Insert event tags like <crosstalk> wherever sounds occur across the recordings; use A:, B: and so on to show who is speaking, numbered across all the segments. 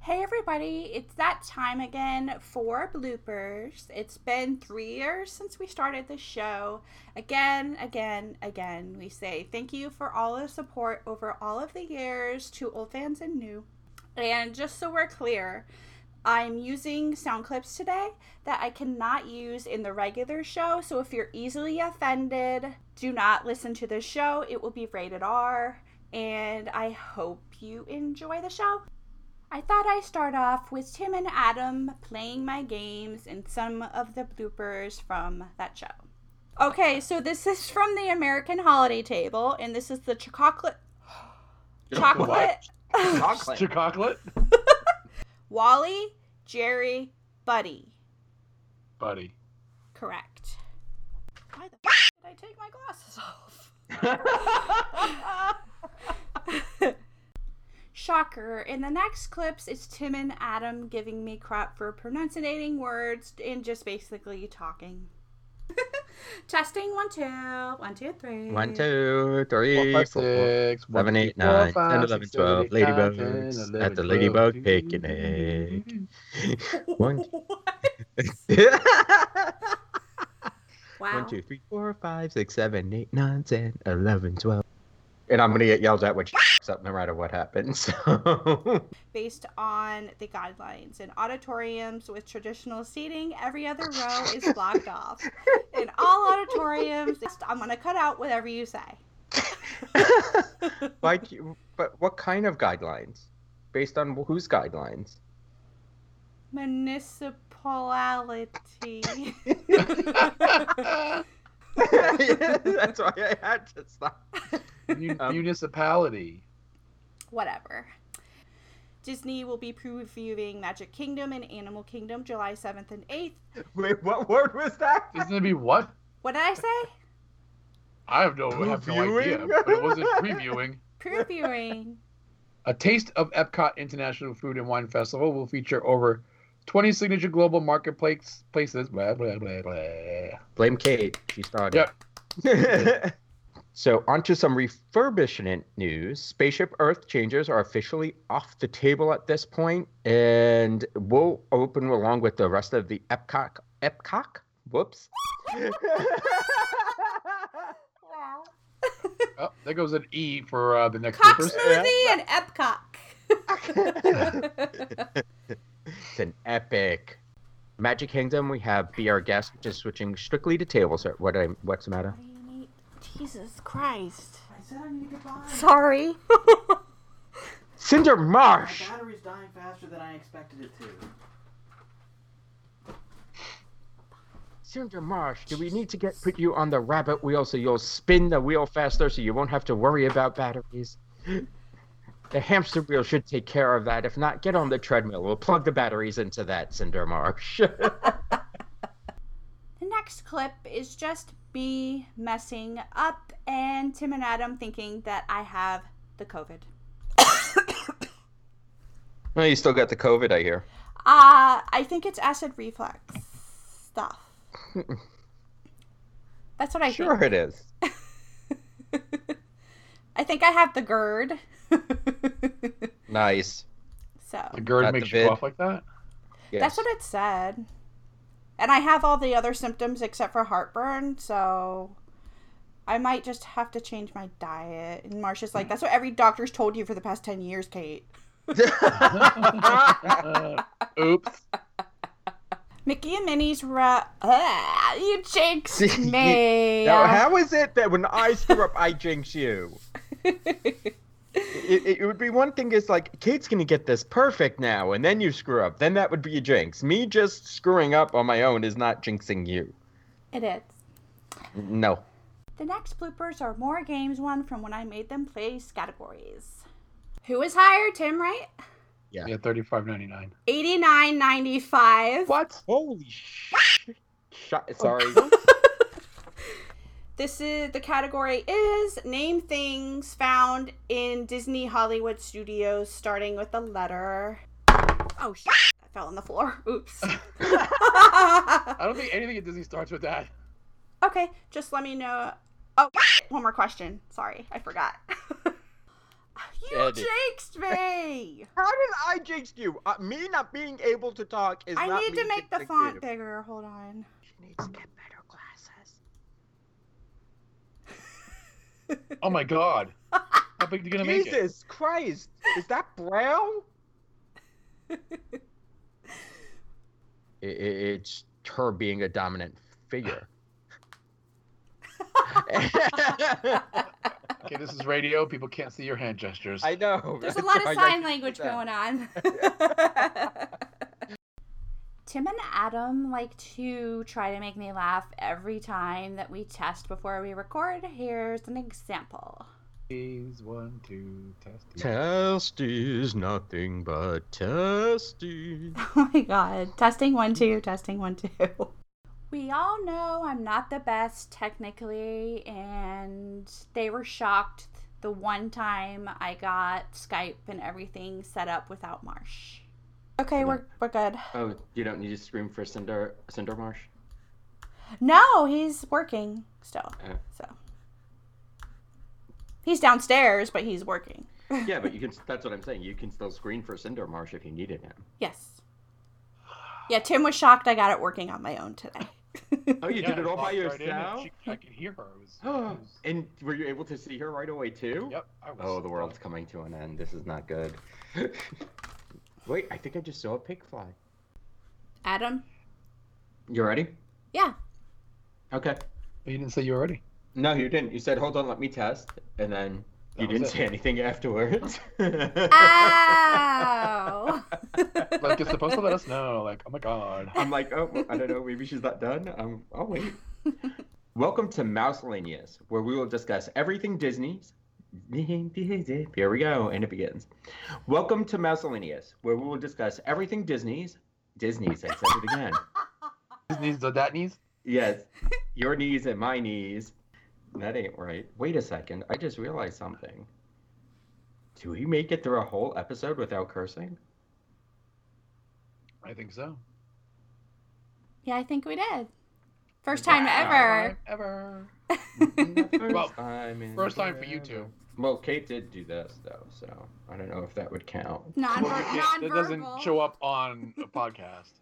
A: Hey everybody, it's that time again for bloopers. It's been three years since we started the show. Again, again, again, we say thank you for all the support over all of the years to old fans and new. And just so we're clear, I'm using sound clips today that I cannot use in the regular show. So if you're easily offended, do not listen to this show. It will be rated R. And I hope you enjoy the show. I thought I'd start off with Tim and Adam playing my games and some of the bloopers from that show. Okay, so this is from the American Holiday Table, and this is the chocolate. Chocolate.
B: Chocolate.
C: Chocolate,
A: Wally, Jerry, Buddy.
C: buddy.
A: Correct. Why the f- did I take my glasses off? <laughs> Shocker. In the next clips, it's Tim and Adam giving me crap for pronunciating words and just basically talking. <laughs> Testing one, two, one, two, three. <laughs>
D: One, two, three,
C: Four, five,
D: four,
C: six, one,
D: seven,
C: two,
D: eight,
C: four,
D: nine,
C: five,
D: ten,
C: six,
D: eleven,
C: seven,
D: twelve.
C: eight, nine, ten,
D: Ladybugs
C: eleven,
D: at the
C: twelve.
D: ladybug picnic. One.
A: Wow.
D: One, two, three, four, five, six, seven, eight, nine, ten, eleven, twelve. And I'm gonna get yelled at, <laughs> which up no matter what happens. <laughs> So
A: based on the guidelines. In auditoriums with traditional seating, every other row is blocked off. In all auditoriums, I'm going to cut out whatever you say.
D: like, but what kind of guidelines? Based on whose guidelines? <laughs>
A: Municipality.
D: That's why I had to stop.
C: Mu-
D: Um,
C: Municipality.
A: Whatever. Disney will be previewing Magic Kingdom and Animal Kingdom July 7th and 8th.
D: Wait, what word was that?
C: Isn't it be what?
A: What did I say?
C: I have no, I have no idea.
D: Previewing?
C: But it wasn't previewing.
A: Previewing.
C: A Taste of Epcot International Food and Wine Festival will feature over 20 signature global marketplace places. Blah, blah, blah, blah.
D: Blame Kate. She started. <laughs> Yep. so, onto some refurbishment news. Spaceship Earth changes are officially off the table at this point, and we'll open along with the rest of the Epcot. Epcot? <laughs> Whoops.
A: wow.
C: Oh, there goes an E for uh, the next
A: Cock
C: bloopers.
A: smoothie and Epcot. <laughs>
D: It's an epic. Magic Kingdom, we have Be Our Guest, which is switching strictly to table service. What I, what's the matter?
A: Jesus Christ. Sorry. <laughs>
D: Cinder
E: My
D: Marsh!
E: battery's dying faster than I expected it to.
D: Cinder Marsh, do we need to get put you on the rabbit wheel so you'll spin the wheel faster so you won't have to worry about batteries? The hamster wheel should take care of that. If not, get on the treadmill. We'll plug the batteries into that, Cinder Marsh.
A: The next clip is just me messing up and Tim and Adam thinking that I have the COVID.
D: <laughs> well, you still got the COVID, I hear.
A: Uh, I think it's acid reflux <laughs> stuff. That's what I
D: Sure, it is.
A: think. <laughs> I think I have the GERD. <laughs>
D: Nice.
A: so
C: The gird
D: Got the
C: makes you
D: vid.
C: go off like that.
A: that's what it said. And I have all the other symptoms except for heartburn, so I might just have to change my diet. And Marsha's like, that's what every doctor's told you for the past 10 years, Kate.
D: <laughs>
C: <laughs> Uh, Oops.
A: Mickey and Minnie's ra- Ugh, you jinxed
D: See,
A: me.
D: Now, how is it that when I screw up, I
A: <laughs>
D: jinx you? It, it, it would be one thing is like Kate's gonna get this perfect now, and then you screw up. Then that would be a jinx. Me just screwing up on my own is not jinxing you.
A: it is.
D: No.
A: The next bloopers are more games won from when I made them play categories. Who was higher, Tim, right?
C: Yeah, thirty-five ninety-nine.
A: 89.95.
C: What?
D: Holy shit!
A: Oh, <laughs>
D: Sorry.
A: This is the category is name things found in Disney Hollywood Studios starting with the letter. Oh shit, I fell on the floor. <laughs> Oops.
C: I don't think anything at Disney starts with that.
A: okay, just let me know. Oh, one more question. Sorry, I forgot. <laughs> You
D: Eddie.
A: jinxed
D: <laughs>
A: me.
D: How did I jinx you? Uh, me not being able to talk is
A: I
D: not
A: need
D: me
A: to make the
D: jinxing
A: font
D: you.
A: bigger. Hold on.
D: She needs to get better glasses.
C: <laughs> Oh my god. How big are you gonna make it?
D: Jesus Christ! Is that <laughs> brown? I- i- it's her being a dominant figure.
C: Okay, this is radio. People can't see your hand gestures.
D: <laughs> I know.
A: <laughs> There's a
D: that's
A: lot
D: why I
A: of sign
D: keep
A: language
D: that.
A: going on. <laughs> Tim and Adam like to try to make me laugh every time that we test before we record. Here's an example. <laughs>
C: Phase one, two, test.
D: Test is nothing but testing.
A: Oh my god. Testing one, two, testing one, two. We all know I'm not the best technically, and they were shocked the one time I got Skype and everything set up without Marsh. Okay, we're, we're good.
B: Oh, you don't need to scream for Cinder
C: <laughs>
B: Cinder Marsh.
A: No, he's working still.
B: Oh.
A: So he's downstairs, but he's working.
B: Yeah, but you can. That's what I'm saying. You can still screen for Cinder Marsh if you
C: <laughs>
B: needed him.
A: Yes. Yeah, Tim was shocked I got it working on my own today. <laughs>
B: Oh, you
C: Yeah,
B: did it all by
C: walked right in and
B: yourself.
C: she- I could hear her. It was- <gasps> it
B: Oh,
C: was-
B: <gasps> and were you able to see her right away too?
C: yep. I was
B: Oh, the world's
C: stunned.
B: coming to an end. This is not good. <laughs> Wait, I think I just saw a pig fly.
A: Adam?
B: You ready?
A: Yeah.
B: Okay.
C: You didn't say you were ready.
B: No, you didn't. You said, "Hold on, let me test," and then you
C: That was
B: didn't
C: it. Ah!
B: say
C: <laughs>
B: anything afterwards. <laughs>
A: Ow!
C: Like you're supposed to let us know. Like, oh my god.
B: I'm like, oh, well, I don't know. Maybe she's not done. Um, I'll wait. Welcome to Mouselanias, where we will discuss everything Disney's. Here we go, and it begins. Welcome to Mouselanias, where we will discuss everything Disney's. Disney's, I said it again.
C: His knees, the that knees.
B: yes, your knees and my knees. That ain't right. Wait a second. I just realized something. Do we make it through a whole episode
C: <laughs>
B: without cursing?
C: I think so.
A: yeah, I think we did. First time
B: Wow.
A: ever.
C: Ever. Well,
B: First time in
C: First time for you
B: forever.
C: two.
B: Well, Kate did do this though, so I don't know if that would count.
A: Non
C: Well, you can't- that doesn't show up on a podcast.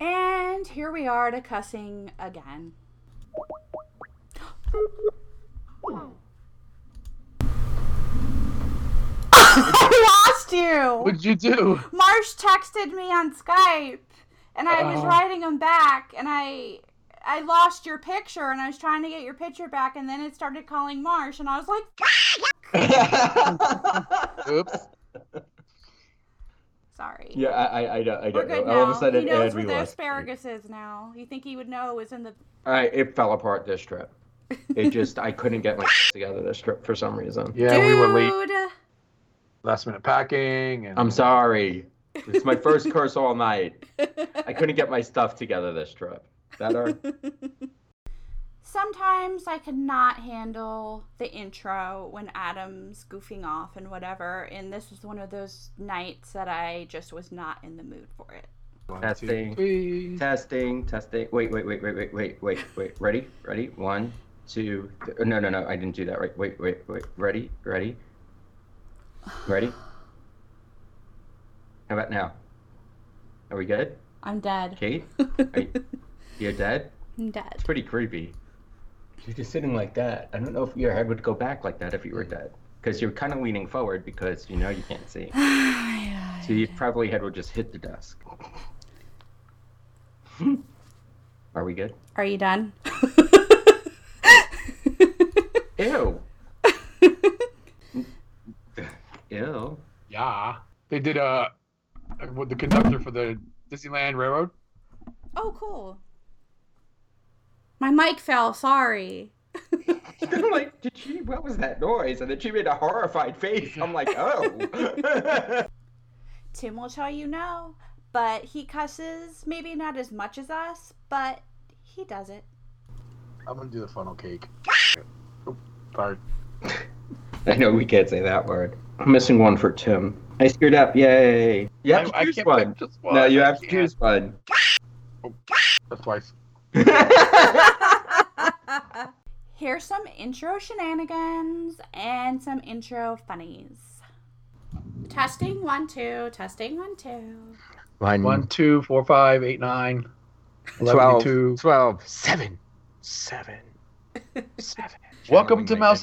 A: And here we are to cussing again. <gasps> I lost you.
C: What'd you do?
A: Marsh texted me on Skype, and I was
B: Uh-huh.
C: Oh.
A: writing him back, and I I lost your picture, and I was trying to get your picture back, and then it started calling Marsh, and I was like,
C: Oops.
A: sorry.
B: yeah, I, I, I don't, I
A: We're
B: don't know.
A: good now.
B: All of a sudden,
A: he knows
B: and
A: where
B: we
A: the
B: lost.
A: asparagus is now. You think he would know it was in the
B: I, it fell apart this trip.
A: <laughs>
B: It just, I couldn't get my <laughs> together this trip for some reason.
C: Yeah, we were late.
A: Dude!
C: Last minute packing. And
B: I'm sorry. It's
A: <laughs>
B: my first curse all night. I couldn't get my stuff together this trip. That are
A: Sometimes I could not handle the intro when Adam's goofing off and whatever, and this was one of those nights that I just was not in the mood for it.
C: One,
B: That
C: two,
B: thing.
C: three.
B: testing, testing. Wait, wait, wait, wait, wait, wait, wait, wait. Ready, ready. One, two. Th- no, no, no. I didn't do that right. Wait, wait, wait. Ready, ready, ready. How about now? Are we good?
A: I'm dead.
B: Kate,
A: <laughs>
B: are you, you're dead.
A: I'm dead. <sighs>
B: It's pretty creepy. You're just sitting like that. I don't know if your head would go back like that if you were dead, because you're kind of leaning forward because you know you can't see. So your probably head would just hit the desk. <laughs> Are we good?
A: Are you done? <laughs>
B: Ew. <laughs> Ew.
C: Yeah. They did uh with the conductor for the Disneyland Railroad.
A: oh, cool. My mic fell. Sorry.
B: I'm like, did she? What was that noise? And then she made a horrified face. I'm like, oh.
A: Tim will tell you no, but he cusses. Maybe not as much as us, but he does it.
C: I'm gonna do the funnel cake. Oop, sorry.
B: <laughs> I know we can't say that word. I'm missing one for Tim. I screwed up. Yay. You have
C: I-
B: to
C: I
B: choose
C: can't
B: one.
C: pick just
B: No, you
C: I
B: have to
C: can't.
B: choose one.
C: That's twice.
A: He Here's some intro shenanigans and some intro funnies. Testing one, two, testing one, two.
D: One,
C: One, two, four, five, eight, nine, eleven,
D: 12,
C: two.
D: 12, seven, seven, seven.
C: Welcome to
D: Generally, my goodness.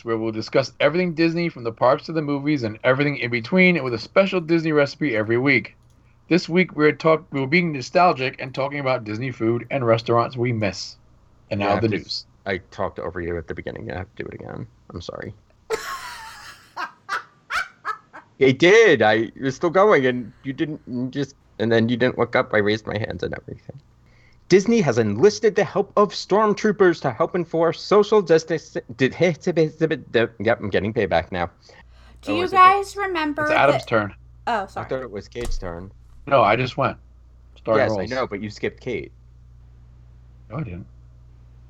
C: Mouselanius, where we'll discuss everything Disney from the parks to the movies and everything in between, and with a special Disney recipe every week. This week we're talk we're being nostalgic and talking about Disney food and restaurants we miss. And now
D: Yeah,
C: the
D: this-
C: news.
D: I talked over you at the beginning. I have to do it again. I'm sorry. it did. I was still going, and you didn't you just. And then you didn't look up. I raised my hands and everything. Disney has enlisted the help of stormtroopers to help enforce social justice. Did <laughs> yep, I'm getting payback now.
A: Do
D: Oh,
A: you
D: is it-
A: guys remember?
C: It's
A: the-
C: Adam's turn.
A: Oh,
D: I
A: sorry.
D: thought it was Kate's turn.
C: No, I just went. Starting
D: yes,
C: rolls.
D: I know, but you skipped Kate.
C: No, I didn't.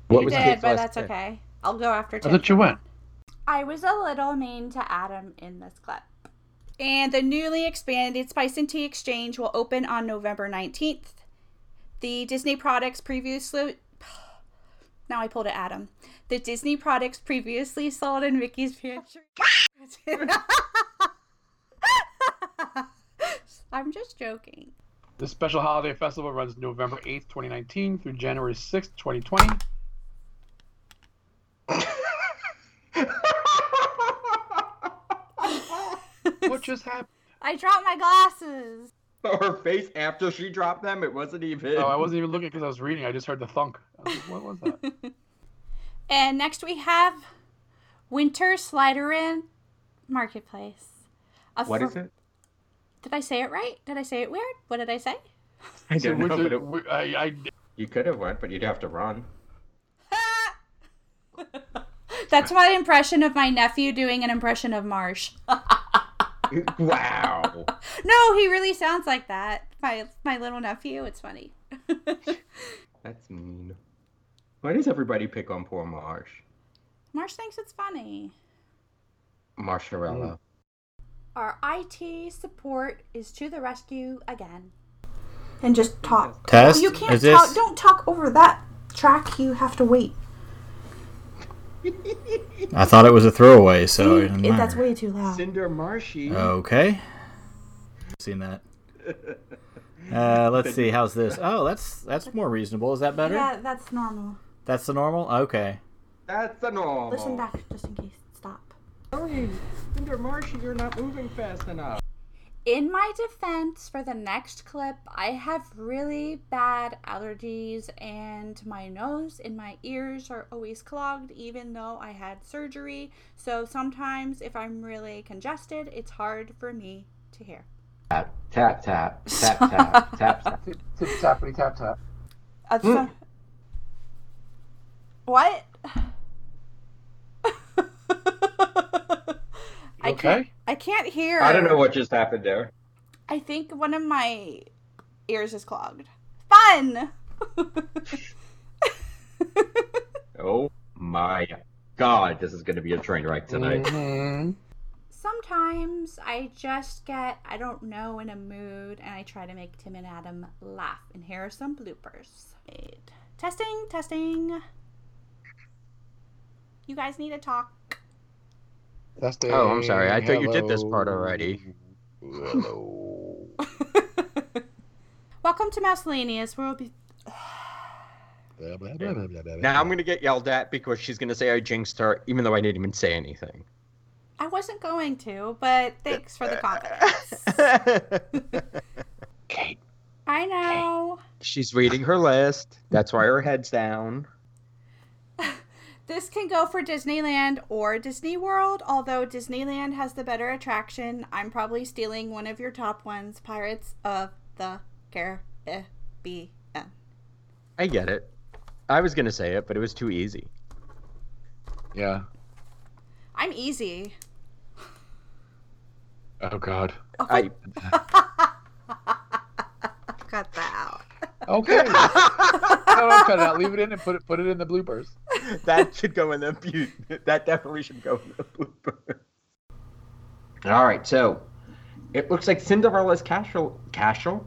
D: What
A: you
D: was
A: did,
D: Kate's
A: but
D: last
A: that's
D: pick?
A: okay. I'll go after.
C: I
A: Tim
C: thought you
A: for
C: went.
A: I was a little mean to Adam in this clip. And the newly expanded Spice and Tea Exchange will open on November 19th. The Disney products previously. <sighs> Now I pulled it, Adam. The Disney products previously sold in Mickey's <laughs> Pantry. I'm just joking.
C: This special holiday festival runs November 8th, 2019 through January 6th, 2020. What just happened?
A: <laughs> I dropped my glasses.
B: <laughs> Her face after she dropped them, it wasn't even.
C: <laughs> Oh, I wasn't even looking because I was reading. I just heard the thunk. I was like, what was <laughs> that?
A: And next we have Winter Slider In Marketplace. A
B: What
A: fr-
B: is it?
A: Did I say it right? Did I say it weird? What did I say? <laughs>
B: I
C: So
B: don't know.
C: we're-
B: But it,
C: we're- I, I,
B: you could have went, but you'd have to run.
A: That's my impression of my nephew doing an impression of Marsh. <laughs>
B: wow.
A: No, he really sounds like that. My my little nephew. It's funny. <laughs>
B: That's mean. Why does everybody pick on poor Marsh?
A: Marsh thinks it's funny.
B: Marsharella.
A: Our IT support is to the rescue again. And just talk.
F: Test?
A: You can't
F: Is this?
A: talk. Don't talk over that track. You have to wait.
F: I thought it was a throwaway, so it didn't
A: It- that's
F: matter.
A: way too loud.
B: Cinder Marshy.
F: Okay. Seen that. Uh, let's see. How's this? Oh, that's that's more reasonable. Is that
B: Hmm?
F: better?
A: Yeah, that's normal.
F: That's the normal. Okay.
B: That's a normal.
A: Listen back just in case. Stop.
B: Sorry, Cinder Marshy, you're not moving fast enough.
A: In my defense, for the next clip, I have really bad allergies, and my nose and my ears are always clogged, even though I had surgery. So sometimes, if I'm really congested, it's hard for me to hear.
B: Tap, tap, tap, tap, tap, tap,
A: <laughs>
B: tap.
C: tip tappity tap tap.
A: That's
B: Hmm.
A: so- what? <laughs> I can't.
C: Okay.
A: I can't hear.
B: I don't know what just happened there.
A: I think one of my ears is clogged. Fun.
B: Oh my god, this is going to be a train wreck tonight.
C: Mhm.
A: Sometimes I just get, I don't know, in a mood and I try to make Tim and Adam laugh. And here are some bloopers. Wait. Testing, testing. You guys need to talk. <laughs>
C: That's the-
D: Oh, I'm sorry. I thought you did this part already.
C: Hello.
A: Welcome to Mouselanius, where we'll be.
C: Blah, blah, blah, blah, blah, blah,
D: Now I'm
C: blah.
D: going to get yelled at because she's going to say I jinxed her, even though I didn't even say anything.
A: I wasn't going to, but thanks for the confidence.
C: Kate.
A: I know.
D: she's reading her list. That's why her head's down.
A: This can go for Disneyland or Disney World, although Disneyland has the better attraction. I'm probably stealing one of your top ones Pirates of the Caribbean.
D: I get it. I was going to say it, but it was too easy.
C: Yeah.
A: I'm easy.
C: Oh, God.
D: I
A: Cut that out.
D: <laughs>
C: Okay. no, don't cut it out. Leave it in and put it put it in the bloopers.
D: that should go in the bu- that definitely should go in the blooper.
B: All right, so it looks like Cinderella's castle. Castle?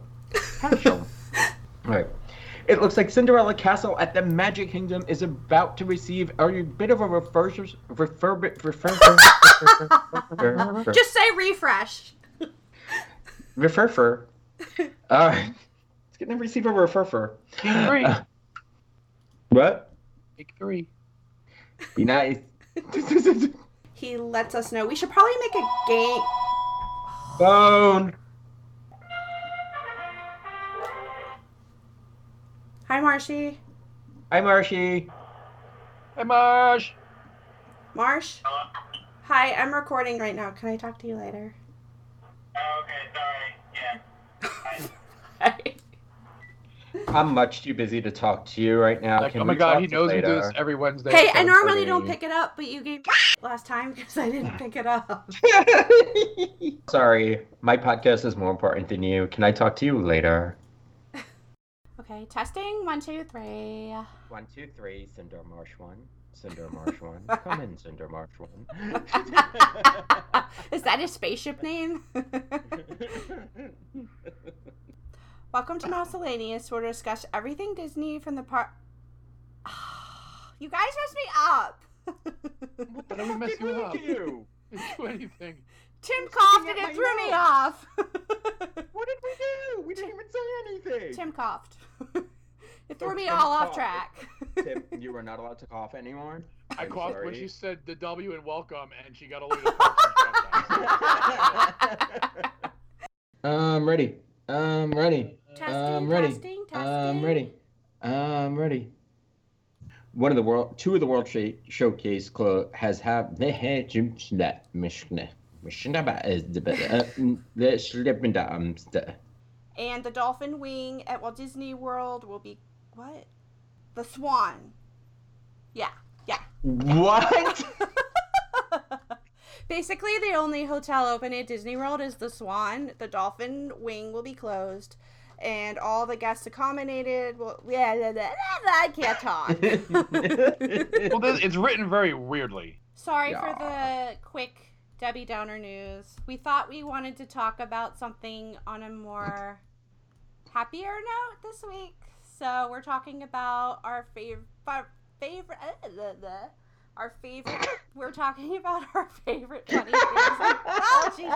B: Castle. All right. It looks like Cinderella Castle at the Magic Kingdom is about to receive a bit of a refurbishment. Refurb- refurb-
A: Just say refresh.
B: refurfer. All right. It's going to receive a refurfer.
D: <laughs>
C: Make three.
B: Uh, what?
C: Make three.
B: Be nice. <laughs>
A: He lets us know we should probably make a game.
B: Phone.
A: Hi, Marshy.
B: Hi, Marshy.
C: Hey, Marsh.
A: Marsh. Hi, I'm recording right now. Can I talk to you later?
G: Oh, Okay, sorry.
A: <laughs>
G: Yeah.
B: I'm much too busy to talk to you right now.
C: Like,
B: Can
C: oh my
B: we
C: god,
B: talk
C: he knows
B: later?
C: we do this every Wednesday.
A: Hey,
C: at
A: I normally
C: 7:30.
A: don't pick it up, but you gave <laughs> last time because I didn't pick it up.
B: Sorry, my podcast is more important than you. Can I talk to you later?
A: <laughs> Okay, testing one, two, <laughs> three.
B: One, two, three, Cinder Marsh one. Cinder Marsh <laughs> one. Come in, Cinder Marsh one. <laughs>
A: Is that a spaceship <laughs> name? Welcome to Miscellaneous, where we discuss everything Disney from the part. <sighs> you guys messed me up. <laughs>
C: But I'm gonna mess you up. Didn't <laughs> do anything.
A: Tim coughed and it threw me <laughs> off.
B: What did we do? We didn't even say anything.
A: Tim coughed. <laughs> It
B: Oh,
A: threw me
B: Tim
A: all off
B: coughed.
A: track.
B: <laughs>
A: <laughs>
B: Tim, you are not allowed to cough anymore.
C: I
B: I'm
C: coughed when
B: sorry.
C: she said the W and welcome, and she got all the way to the first
B: I'm Um, ready. I'm ready.
A: Testing,
B: I'm ready.
A: testing, testing.
B: I'm ready. I'm ready. One of the world, two of the world Sha- showcase clo- has have <laughs> the head that Mishnah. Uh, <laughs> mm, um, That's
A: And the dolphin wing at Walt Disney World will be what? The swan. Yeah, yeah.
D: What?
A: <laughs> Basically, the only hotel open at Disney World is the Swan. The Dolphin Wing will be closed, and all the guests accommodated will. <laughs> Yeah, blah, blah, blah, blah, I can't talk.
B: <laughs>
C: time. well, this, it's written very weirdly.
A: Sorry for the quick Debbie Downer news. We thought we wanted to talk about something on a more happier note this week, so we're talking about our favorite favorite uh, the, the, our favorite. we're talking about our favorite funny things.
D: <laughs>
A: oh Jesus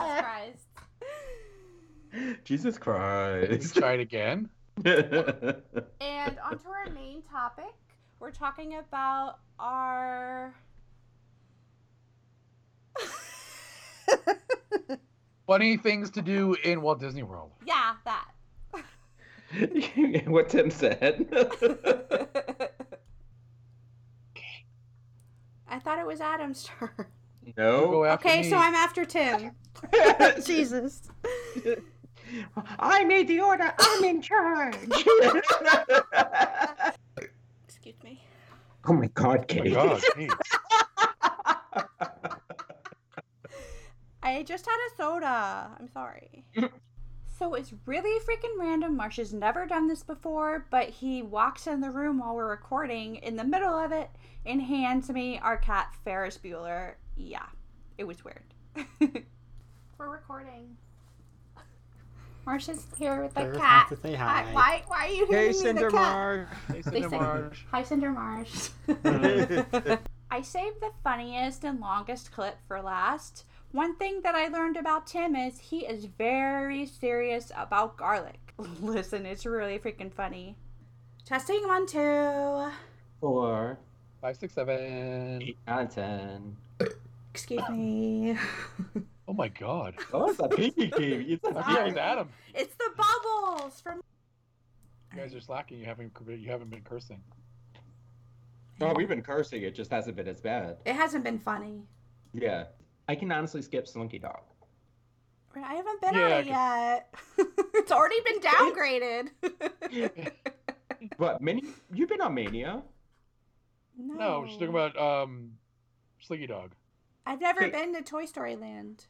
A: Christ!
B: <laughs> Jesus
C: Let's
B: <laughs> Christ.
C: try it again.
A: And onto our main topic, we're talking about our.
C: Funny things to do in Walt Disney World.
A: yeah, that.
B: <laughs> what Tim said.
A: I thought it was Adam's turn.
C: You go
B: <laughs> no.
C: after
A: Oh, Okay,
C: me.
A: so I'm after
C: <laughs>
A: Tim. Jesus.
B: I made the order. I'm in <laughs> charge.
A: Excuse me.
B: oh my God,
C: Oh
B: Kate.
C: my god, geez.
A: I just had a soda. I'm sorry. so it's really freaking random. Marsh has never done this before, but he walks in the room while we're recording in the middle of it and hands me our cat Ferris Bueller. Yeah, it was weird. <laughs> we're recording. Marsh is here with the
F: Ferris
A: cat.
F: wants to say
A: Hi,
F: hi.
A: Why, why are you handing
D: hey,
A: me the
D: Cinder
A: cat?
D: Marsh.
C: Hey,
A: They
C: Cinder
A: say-
C: Marsh.
A: Hi, Cinder Marsh. I saved the funniest and longest clip for last. One thing that I learned about Tim is he is very serious about garlic. <laughs> Listen, it's really freaking funny. Testing one, two.
B: Four,
C: Five, six, seven.
B: eight, nine, ten.
A: Excuse me.
C: Oh my god.
B: Oh, <laughs> it's a pinky game. It's
C: I
B: a
C: thought it was Adam.
A: it's the bubbles from.
C: You guys are slacking. You haven't you haven't been cursing.
B: Oh, we've been cursing. It just hasn't been as bad.
A: It hasn't been funny.
B: Yeah. I can honestly skip Slinky Dog.
A: I haven't been
C: Yeah,
A: on it yet. <laughs> it's already been downgraded.
B: But many, you've been on Mania.
C: <laughs> No, we're just talking about um, Slinky Dog.
A: <laughs> I've never
B: Hey.
A: been to Toy Story Land.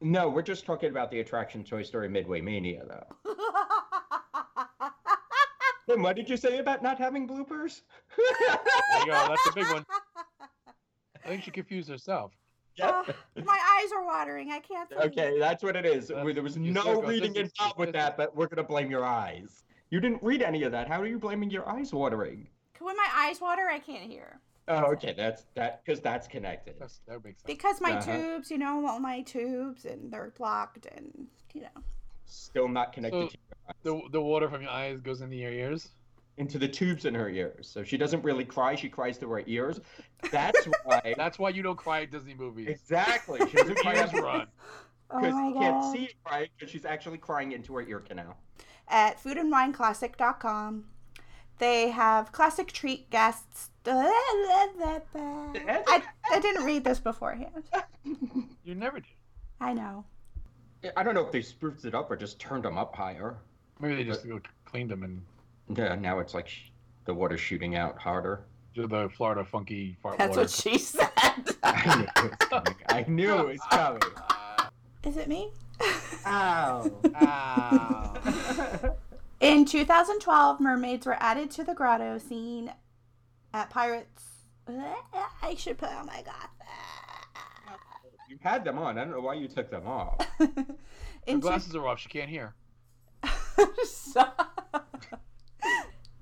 B: No, we're just talking about the attraction Toy Story Midway Mania, though. Then what did you say about not having bloopers?
C: There you go. That's a big one. I think she confused herself.
A: Ah, my eyes are watering. I can't. think.
B: Okay, that's what it is.
C: That's-
B: there was
C: you
B: no
C: circle-
B: reading
C: this is-
B: involved with that, but we're gonna blame your eyes. You didn't read any of that. How are you blaming your eyes watering?
A: When my eyes water, I can't hear.
B: Oh, okay. That's that because that's connected.
C: That's, that makes sense.
A: Because my
B: Uh-huh.
A: tubes, you know, all my tubes, and they're blocked, and, you know.
B: Still not connected
C: So-
B: to
C: The, the water from your eyes goes into your ears.
B: into the tubes in her ears. So she doesn't really cry. She cries through her ears. That's <laughs> why.
C: That's why you don't cry at Disney movies.
B: exactly. She doesn't cry
C: Tears
B: out <laughs>
C: run.
A: Oh
B: because
A: my
B: you can't
A: God.
B: see it crying because she's actually crying into her ear canal.
A: at foodandwineclassic.com. They have classic treat guests. <laughs> I, I didn't read this beforehand.
C: You never do.
A: I know.
B: I don't know if they spoofed it up or just turned them up higher.
C: Maybe they just go cleaned them and
B: Yeah, now it's like sh- the water's shooting out harder.
C: do the Florida funky fart
A: That's
C: water.
A: what she said. <laughs>
B: I knew it was coming. I knew it was coming.
A: Is it me?
B: Ow.
A: <laughs> In 2012, mermaids were added to the grotto scene at Pirates. I should put on my glasses.
B: you had them on. I don't know why you took them
A: <laughs>
B: off.
C: Her
A: In two-
C: glasses are off. She
A: <laughs>
C: can't hear.
A: Stop. <laughs>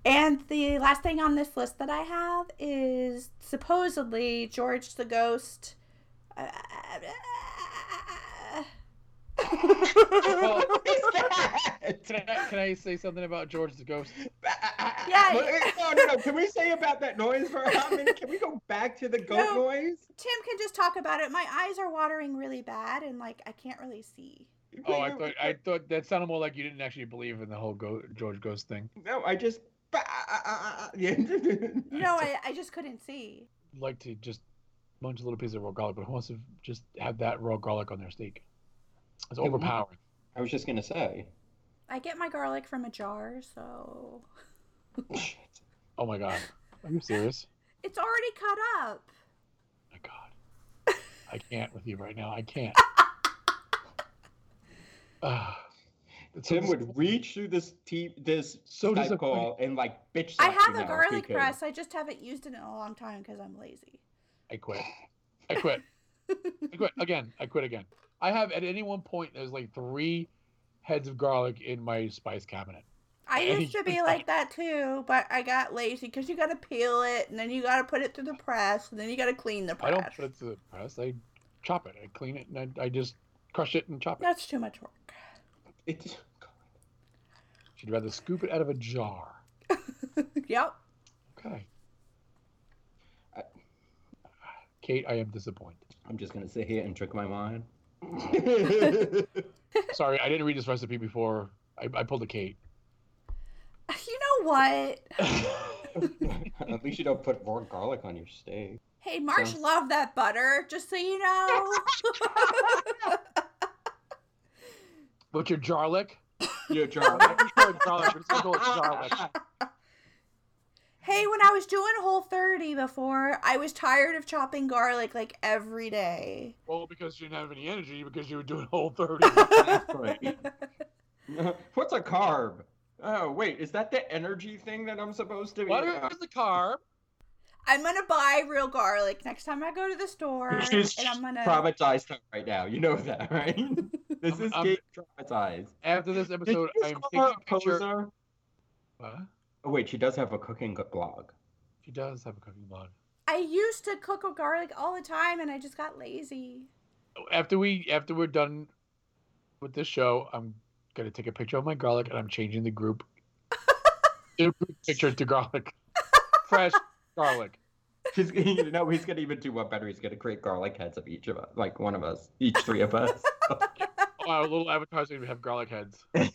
A: and the last thing on this list that I have is supposedly George the Ghost.
C: Well,
B: that?
C: can, I, can I say something about George the Ghost?
B: <laughs>
A: Yeah.
B: No, no, no. Can we say about that noise for a minute? Can we go back to the goat
A: No.
B: noise?
A: Tim can just talk about it. My eyes are watering really bad, and like I can't really see.
C: Oh,
B: <laughs>
C: I thought I thought that sounded more like you didn't actually believe in the whole go- George Ghost thing.
B: No, I just. <laughs> Yeah.
A: No, I, I just couldn't see.
C: I'd like to just munch a little piece of raw garlic, but who wants to just have that raw garlic on their steak? It's
B: Yeah, we-
C: overpowering.
B: I was just gonna say.
A: I get my garlic from a jar, so
C: Oh my god. Are you
B: <laughs>
C: serious?
A: it's already cut up.
C: my god. I can't with you right now. I
B: <laughs>
C: can't. Ah. It's so
B: Tim would reach through this te- this
C: So
B: Skype
C: disappointing.
B: call and like bitch.
A: I
B: slap
A: have a
B: you now if he
A: garlic
B: could.
A: press. I just haven't used it in a long time because I'm lazy. <laughs>
C: I quit. I quit. I quit again. I quit again. I have at any one point there's like three heads of garlic in my spice cabinet.
A: I
C: Yeah,
A: used to be
C: you're
A: like that too, but I got lazy because you got to peel it and then you got to put it through the press and then you got to clean the press.
C: I don't put it to the press. I chop it. I clean it and I, I just crush it and chop it.
A: That's too much work. <laughs>
B: It's-
C: She'd rather scoop it out of a jar.
A: yep.
C: Okay.
B: I-
C: Kate, I am disappointed.
B: I'm just gonna sit here and trick my mind.
A: <laughs>
B: <laughs>
C: Sorry, I didn't read this recipe before. I, I pulled a Kate.
A: <laughs> You know what?
B: At least you don't put raw garlic on your steak.
A: Hey, March
B: So-
A: loved that butter, just so you know.
C: What's your
B: <laughs>
C: jarlic?
B: Your
C: I'm not sure it's garlic, but it's gonna go with garlic.
A: hey, when I was doing Whole 30 before, I was tired of chopping garlic like every day.
C: Well, because you didn't have any energy because you were doing whole
B: <laughs>
C: 30.
B: What's a carb? Oh wait, is that the energy thing that I'm supposed to be?
C: what was the carb?
A: I'm going to buy real garlic next time I go to the store.
B: She's
A: and I'm going to.
B: traumatized right now. You know that, <laughs> right? this is
C: I'm-
B: Kate traumatized.
C: After this
B: Did
C: episode,
B: you
C: I
B: just
C: am
B: call
C: taking
B: her
C: a picture.
B: poser?
C: What?
B: Oh wait, she does have a cooking blog.
C: She does have a cooking blog.
A: I used to cook with garlic all the time and I just got lazy.
C: After we after we're done with this show, I'm gonna take a picture of my garlic and I'm changing the group <laughs> the group picture to garlic. Fresh garlic.
B: He's <laughs> you know he's gonna even do one better. He's gonna create garlic heads of each of us, like one of us, each three
C: <laughs>
B: of us. <laughs>
C: Oh, our little avatars are gonna have garlic heads. In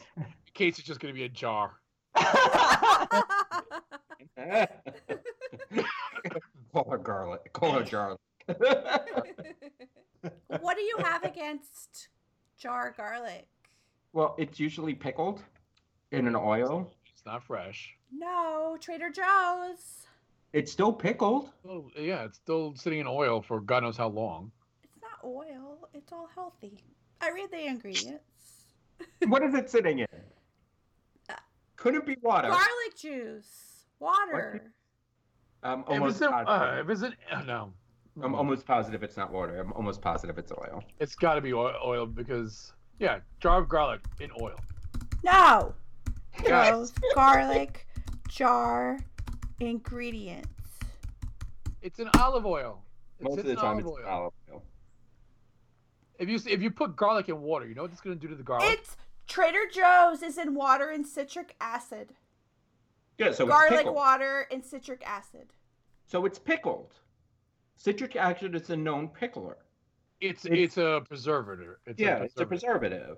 C: case it's just gonna be a jar.
B: call her garlic. Call her garlic. <laughs>
A: what do you have against jar garlic?
B: well, it's usually pickled in an oil.
C: It's not fresh.
A: No, Trader Joe's.
B: It's still pickled.
C: Well, yeah, it's still sitting in oil for God knows how long.
A: It's not oil, it's all healthy. I read the ingredients
B: What is it sitting in?
A: Uh,
B: Could it be water?
A: garlic juice, water.
B: I'm
C: If it's
B: Um, almost,
C: in-
B: positive.
C: uh, if it's in- uh, no,
B: I'm almost positive it's not water. I'm almost positive it's oil.
C: It's got to be oil, oil because yeah, jar of garlic in oil.
A: No, cloves, garlic, jar, ingredients.
C: It's an olive oil. It's
B: Most of
C: in
B: the time,
C: olive
B: it's
C: oil.
B: olive oil.
C: If you if you put garlic in water, you know what it's gonna do to the garlic.
A: It's Trader Joe's is in water and citric acid.
B: Yeah, so it's
A: Garlic
B: pickled.
A: water and citric acid.
B: So it's pickled. Citric acid is a known pickler.
C: It's it's a preservative. It's
B: yeah,
C: a
B: it's a
C: preservative.
B: preservative.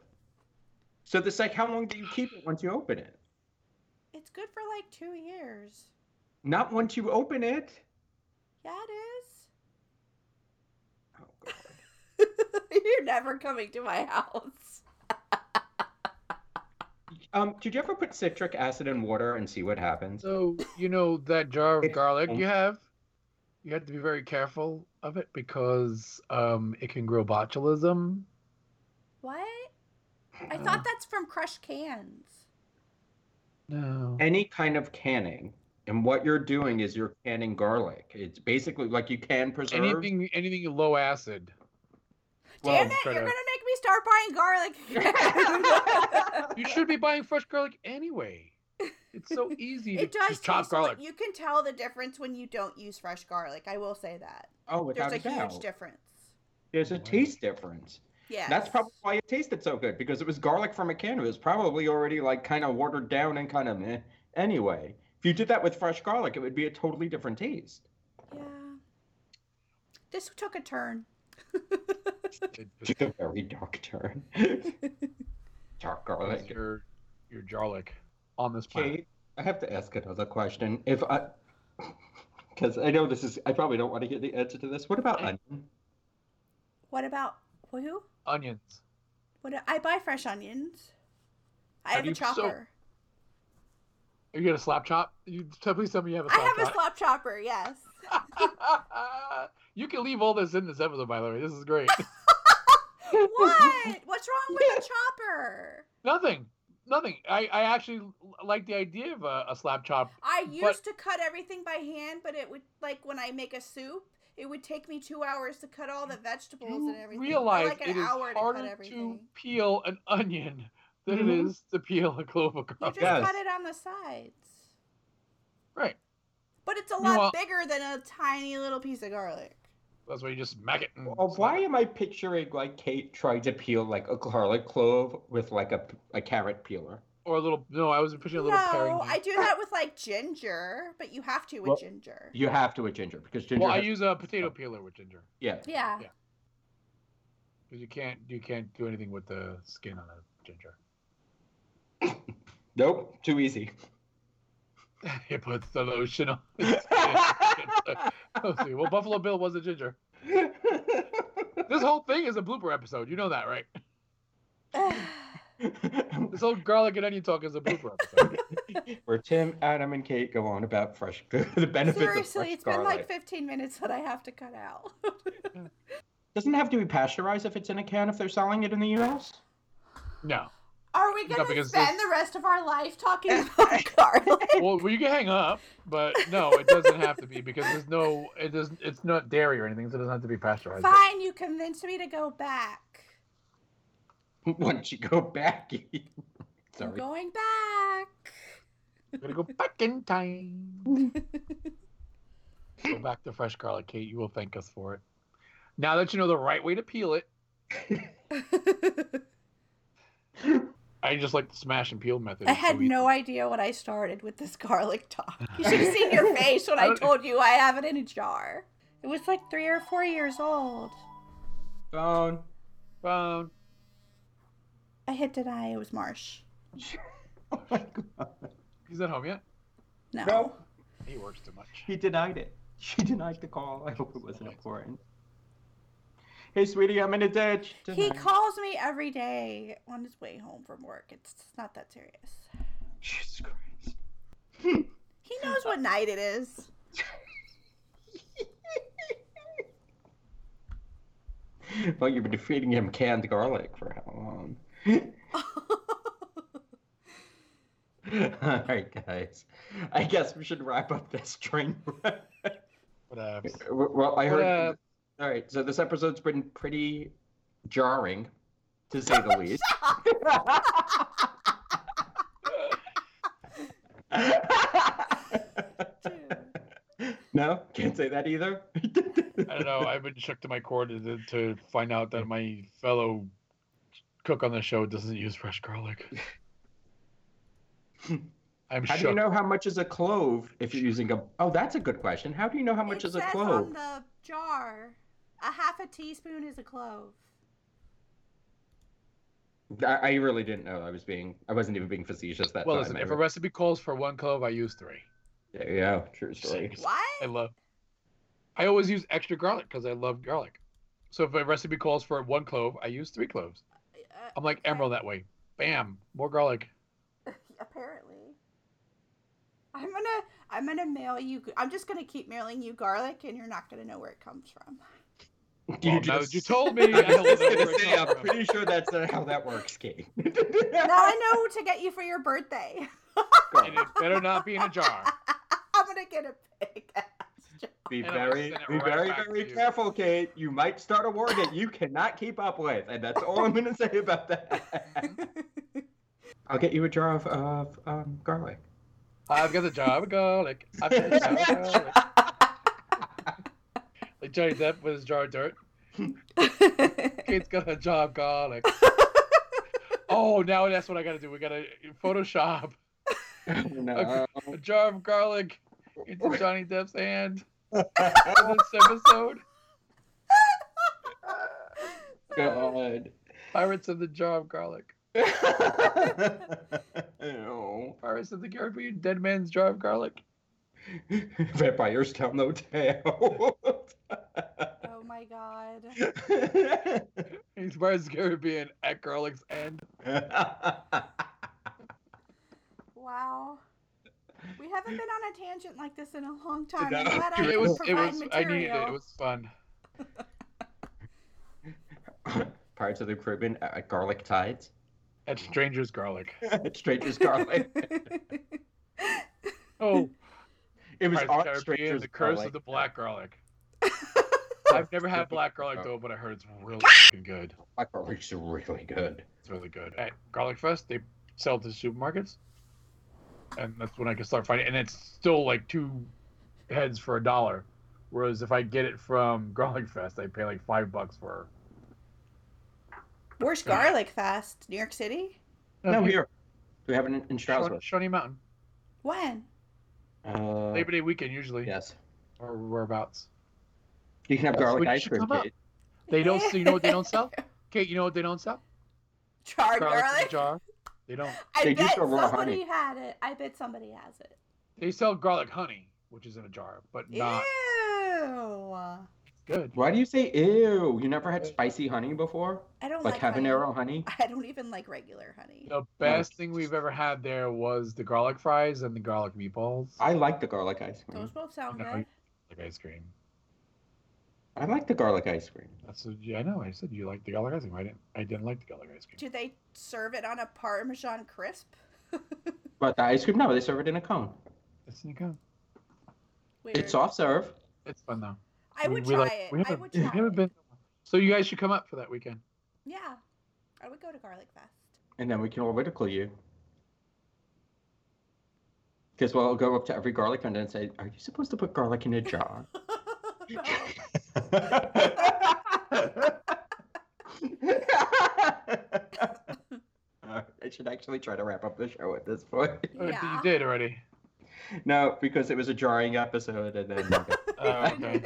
B: So this like, how long do you keep it once you open it?
A: It's good for like two years.
B: Not once you open it.
A: Yeah, it
B: Oh, God.
A: is. <laughs> You're never coming to my house.
B: Um, did you ever put citric acid in water and see what happens?
C: So you know that jar of
B: It's-
C: garlic you have, you have to be very careful of it because um, it can grow botulism.
A: What? I thought that's from crushed cans.
C: No.
B: Any kind of canning, and what you're doing is you're canning garlic. It's basically like you can preserve.
C: anything anything low acid.
B: Well,
A: Damn it, you're
C: Greta.
A: gonna make me start buying garlic again. <laughs>
C: You should be buying fresh garlic anyway. It's
B: <laughs>
C: so easy to
A: it does
C: just chop
A: taste a lot-
C: garlic.
A: You can tell the difference when you don't use fresh garlic. I will say that.
B: Oh, without
A: There's a
B: a doubt.
A: huge difference.
B: There's a
C: Wow.
B: taste difference.
A: Yeah.
B: That's probably why it tasted so good because it was garlic from a can. It was probably already like kind of watered down and kind of meh. Anyway, if you did that with fresh garlic, it would be a totally different taste.
A: Yeah. This took a turn.
C: It just-
B: Took a very dark turn. dark
C: it's
B: garlic.
C: your your garlic on this planet.
B: Kate, I have to ask another question. If I, <laughs> because I know this is, I probably don't want to hear the answer to this. What about onion?
A: What about who?
C: Onions.
A: What I buy fresh onions. I
C: Are
A: have a
C: you so-
A: chopper.
C: Are you gonna slap chop? You t- please tell me you have a
A: I
C: slap
A: have a
C: chop.
A: slop chopper.
C: <laughs>
A: Yes.
C: you can leave all this in this episode, by the way. This is great. <laughs>
A: What? What's wrong with a chopper?
C: Nothing. Nothing. I, I actually l- like the idea of a, a slap chop.
A: I
C: But-
A: used to cut everything by hand, but it would like when I make a soup, it would take me two hours to cut all the vegetables
C: You
A: and everything. or,
C: realize
A: like
C: it
A: an
C: is
A: hour to cut
C: harder to,
A: everything.
C: peel an onion than it
B: Mhm.
C: is to peel a clove of
A: You
C: garlic.
A: just
B: Yes.
A: cut it on the sides.
C: Right.
A: But it's a lot
C: Meanwhile-
A: bigger than a tiny little piece of garlic.
C: That's why you just smack it. And
B: Well, Oh, why am I picturing like Kate trying to peel like a garlic clove with like a, a carrot peeler?
C: Or a little. No, I was picturing a
A: No,
C: little paring.
A: I do that with like ginger, but you have to with
B: Well,
A: ginger.
B: You have to with ginger because ginger. Oh.
C: Well, I
B: has-
C: use a potato peeler with ginger
B: yeah.
A: Yeah. <sighs>
C: Yeah. because you can't you can't do anything with the skin on a ginger. <laughs>
B: Nope. Too easy.
C: you put the lotion on. <laughs> Let's see. Well, Buffalo Bill was a ginger. This whole thing is a blooper episode. You know that, right? This whole garlic and onion talk is a blooper episode.
B: Where Tim, Adam, and Kate go on about fresh <laughs> the benefits of
A: Seriously,
B: fresh
A: it's been
B: garlic.
A: like 15 minutes that I have to cut out. <laughs>
B: Doesn't it have to be pasteurized if it's in a can if they're selling it in the U.S.
C: no.
A: Are we
C: No,
A: going to
C: because
A: spend the rest of our life talking about garlic?
C: Well,
A: <laughs>
C: well, you can hang up, but no, it doesn't have to be because there's no. It doesn't. It's not dairy or anything, so it doesn't have to be pasteurized.
A: Fine, you convinced me to go back.
B: <laughs> Once you go back, you- <laughs>
A: I'm
B: sorry.
A: going back.
C: I'm gonna go back in time. go back to fresh garlic, Kate. You will thank us for it. Now that you know the right way to peel it, I just like the smash and peel method.
A: I
C: It's so
A: had no
C: easy.
A: idea when I started with this garlic
B: <laughs>
A: talk. You should have seen your face when I told you I have it in a jar. It was like three or four years old.
B: Phone. <laughs>
C: Phone.
A: I hit deny it was Marsh.
B: Oh my God.
C: He's not home yet.
A: No.
B: No,
C: He works too much.
B: he denied it. She denied the call. I hope it wasn't important. Hey, sweetie, I'm in a ditch.
A: He
B: Denied.
A: calls me every day on his way home from work. It's not that serious.
B: Jesus Christ.
A: He knows what night it is.
B: <laughs> Well, you've been feeding him canned garlic for how long? <laughs> All right, guys. I guess we should wrap up this train. <laughs> wreck.
C: But uh,
B: well, I heard.
C: Uh,
B: All right, so this episode's been pretty <laughs> jarring, to say the least. No, can't say that either. <laughs>
C: I don't know. I've been shook to my core to, to find out that my fellow cook on the show doesn't use fresh <laughs> garlic. I'm
B: How
C: shook.
B: do you know how much is a clove if you're using a? Oh, that's a good question. How do you know how much
A: it
B: is a
A: says on
B: clove?
A: the jar, a half a teaspoon is a clove.
B: I, I really didn't know. I was being. I wasn't even being facetious that
C: well,
B: time.
C: listen.
B: I
C: If a
B: re-
C: recipe calls for one clove, I use three.
B: There you go. True story.
C: I
A: What?
C: love. I always use extra garlic because I love garlic. So if a recipe calls for one clove, I use three cloves.
A: Uh,
C: I'm like Emerald that way. Bam, more garlic.
A: apparently. I'm gonna I'm gonna mail you. I'm just gonna keep mailing you garlic, and you're not gonna know where it comes from.
C: Well, now that you
B: <laughs>
C: told me, I
B: I
C: know
B: was
C: where
B: gonna
C: it
B: say,
C: comes
B: I'm
C: from.
B: pretty sure that's uh, how that works, Kate. <laughs>
A: now I know to get you for your birthday.
C: and it better not be in a jar.
A: <laughs> I'm gonna get a big ass jar.
B: Be
C: And I'll
B: very,
C: send it
B: be
C: right
B: very,
C: back
B: very
C: to you.
B: careful, Kate. You might start a war that you cannot keep up with, and that's all I'm gonna say about that. <laughs> I'll get you a jar of, of um, garlic.
C: I've got the jar of garlic. I've got the jar of garlic. Like Johnny Depp with his jar of dirt. Kate's got a jar of garlic. Oh, now that's what I gotta do. We gotta Photoshop
B: Oh, No.
C: a jar of garlic into Johnny Depp's hand in this episode.
B: God. <laughs>
C: Pirates of the Jar of Garlic.
B: Ew.
C: Pirates of the Caribbean, Dead Man's Jar of Garlic.
B: Vampires tell no tale.
A: oh my god.
C: He's Pirates of the Caribbean at Garlic's end.
A: Wow. We haven't been on a tangent like this in a long time. I'm
B: No,
A: glad I
C: It was,
A: could
C: it
A: provide
C: was, I needed
A: material.
C: it. It was fun.
B: <laughs> Pirates of the Caribbean at Garlic Tides. <laughs>
C: At Stranger's Garlic.
B: Stranger's Garlic.
C: Oh,
B: It
C: Pirates of
B: was on
C: the Caribbean,
B: Stranger's
C: The Curse
B: Garlic.
C: of the Black Garlic. I've never had black garlic though, but I heard it's really fucking good.
B: Black Garlic's really good.
C: It's really good. At Garlic Fest, they sell it to supermarkets, and that's when I can start finding. And it's still like two heads for a dollar, whereas if I get it from <laughs> Garlic Fest, I pay like five bucks for.
A: <laughs> Where's Garlic Fest? New York City?
B: No, here. Do we have it in, in Strasbourg?
C: Shawnee Mountain,
A: When?
B: Uh,
C: Labor Day weekend usually,
B: yes.
C: or whereabouts.
B: You can have
C: Yes,
B: garlic
C: we
B: ice
C: should
B: cream,
C: come up.
B: Kate.
C: They don't. You know
A: <laughs>
C: what they don't sell? Kate, you know what they don't sell?
A: Charred
C: Garlic in a
A: garlic.
C: jar. They don't.
A: I
B: They do
A: bet
B: sell raw
A: somebody
B: honey.
A: had it. I bet somebody has it.
C: They sell garlic honey, which is in a jar, but not
A: Ew.
C: good.
B: Why do you say ew? You never had spicy honey before?
A: I don't
B: Like
A: like,
B: habanero
A: honey.
B: honey?
A: I don't even like regular honey.
C: The best thing we've ever had there was the garlic fries and the garlic meatballs.
B: I like the garlic ice cream.
A: Those both sound
C: No.
A: good.
C: Like ice cream.
B: I like the garlic ice cream.
C: That's what, yeah, I know. I said you like the garlic ice cream. I didn't. I didn't like the garlic ice cream.
A: Do they serve it on a Parmesan crisp?
B: But the ice cream, no, they serve it in a cone.
C: It's in a cone.
A: Weird.
B: It's soft serve.
C: It's fun though.
A: I
C: We-
A: would
C: we
A: try
C: like- we
A: it. I
C: haven't-
A: would
C: <laughs> we
A: try
C: haven't
A: it.
C: been- So you guys should come up for that weekend.
A: Yeah. I would go to Garlic Fest.
C: <laughs>
A: <laughs>
B: And then we can all ridicule you. Because we'll go up to every garlic vendor and say, Are you supposed to put garlic in a jar? Uh, I should actually try to wrap up the show at this point. <laughs>
C: Oh, you-
A: yeah.
C: You did already.
B: No, because it was a jarring episode and then
C: <laughs>
B: <laughs>
C: Oh, okay.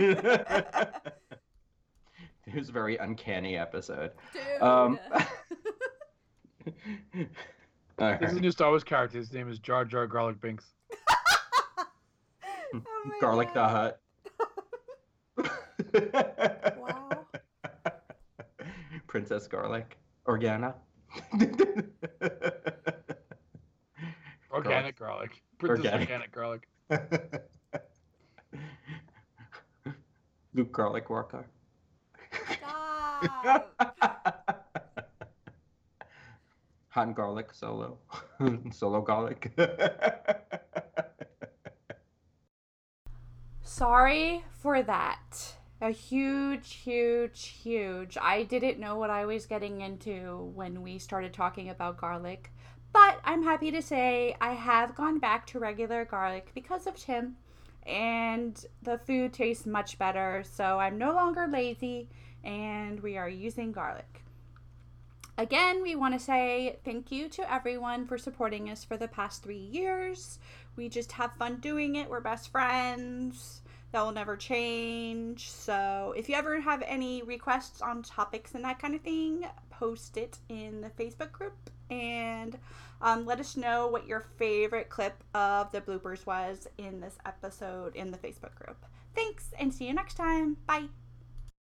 B: it was a very uncanny episode.
A: <laughs> Dude.
B: Um, All
C: This is a
B: right.
C: new Star Wars character. His name is Jar Jar Garlic Binks.
A: <laughs> Oh my
B: <laughs> Garlic the
A: God.
B: Hut.
A: Wow.
B: <laughs> Princess Garlic.
C: <laughs>
B: Organa.
C: Organic garlic. Princess
B: Organic.
C: organic. garlic.
B: Luke Garlic Walker.
A: Stop.
B: <laughs> Hot and garlic solo. <laughs> solo garlic. <laughs>
A: Sorry for that. A huge, huge, huge. I didn't know what I was getting into when we started talking about garlic, but I'm happy to say I have gone back to regular garlic because of Tim, and the food tastes much better. So I'm no longer lazy, and we are using garlic. Again, we want to say thank you to everyone for supporting us for the past three years. We just have fun doing it. We're best friends. That will never change. So, if you ever have any requests on topics and that kind of thing, post it in the Facebook group and um, let us know what your favorite clip of the bloopers was in this episode in the Facebook group. Thanks and see you next time. Bye.